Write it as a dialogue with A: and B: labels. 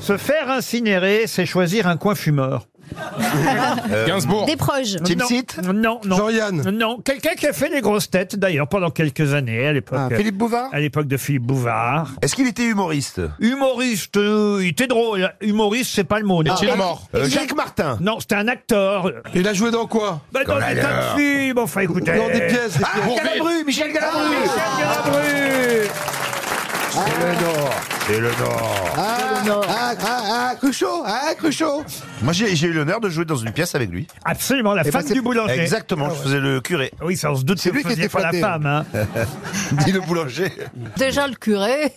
A: Se faire incinérer, c'est choisir un coin fumeur.
B: Gainsbourg.
C: Des proches.
A: Non, Non, non.
D: Jean-Yann.
A: Non, quelqu'un qui a fait les grosses têtes d'ailleurs pendant quelques années à l'époque.
D: Ah, Philippe Bouvard
A: À l'époque de Philippe Bouvard.
E: Est-ce qu'il était humoriste
A: Humoriste, euh, il était drôle. Humoriste, c'est pas le mot. non.
B: Est-il mort
E: Euh, Jacques Martin.
A: Non, c'était un acteur.
D: Il a joué dans quoi
A: Bah, dans des tas de films, enfin écoutez.
D: Dans des pièces. des pièces.
B: Bourvil.
E: Michel Galabru
A: Michel Galabru
E: C'est le Nord.
F: Ah, ah, ah, ah, Cruchot, ah, Cruchot.
E: Moi, j'ai j'ai eu l'honneur de jouer dans une pièce avec lui.
A: Absolument, la femme
F: ben, c'est-
A: du boulanger.
E: Exactement, je faisais le curé.
A: Oui, ça, on se doute que
F: C'est
A: vous
F: lui qui
A: faisiez
F: était
A: pas la
F: flatté.
A: femme. Hein.
E: Dit le boulanger.
C: Déjà le curé.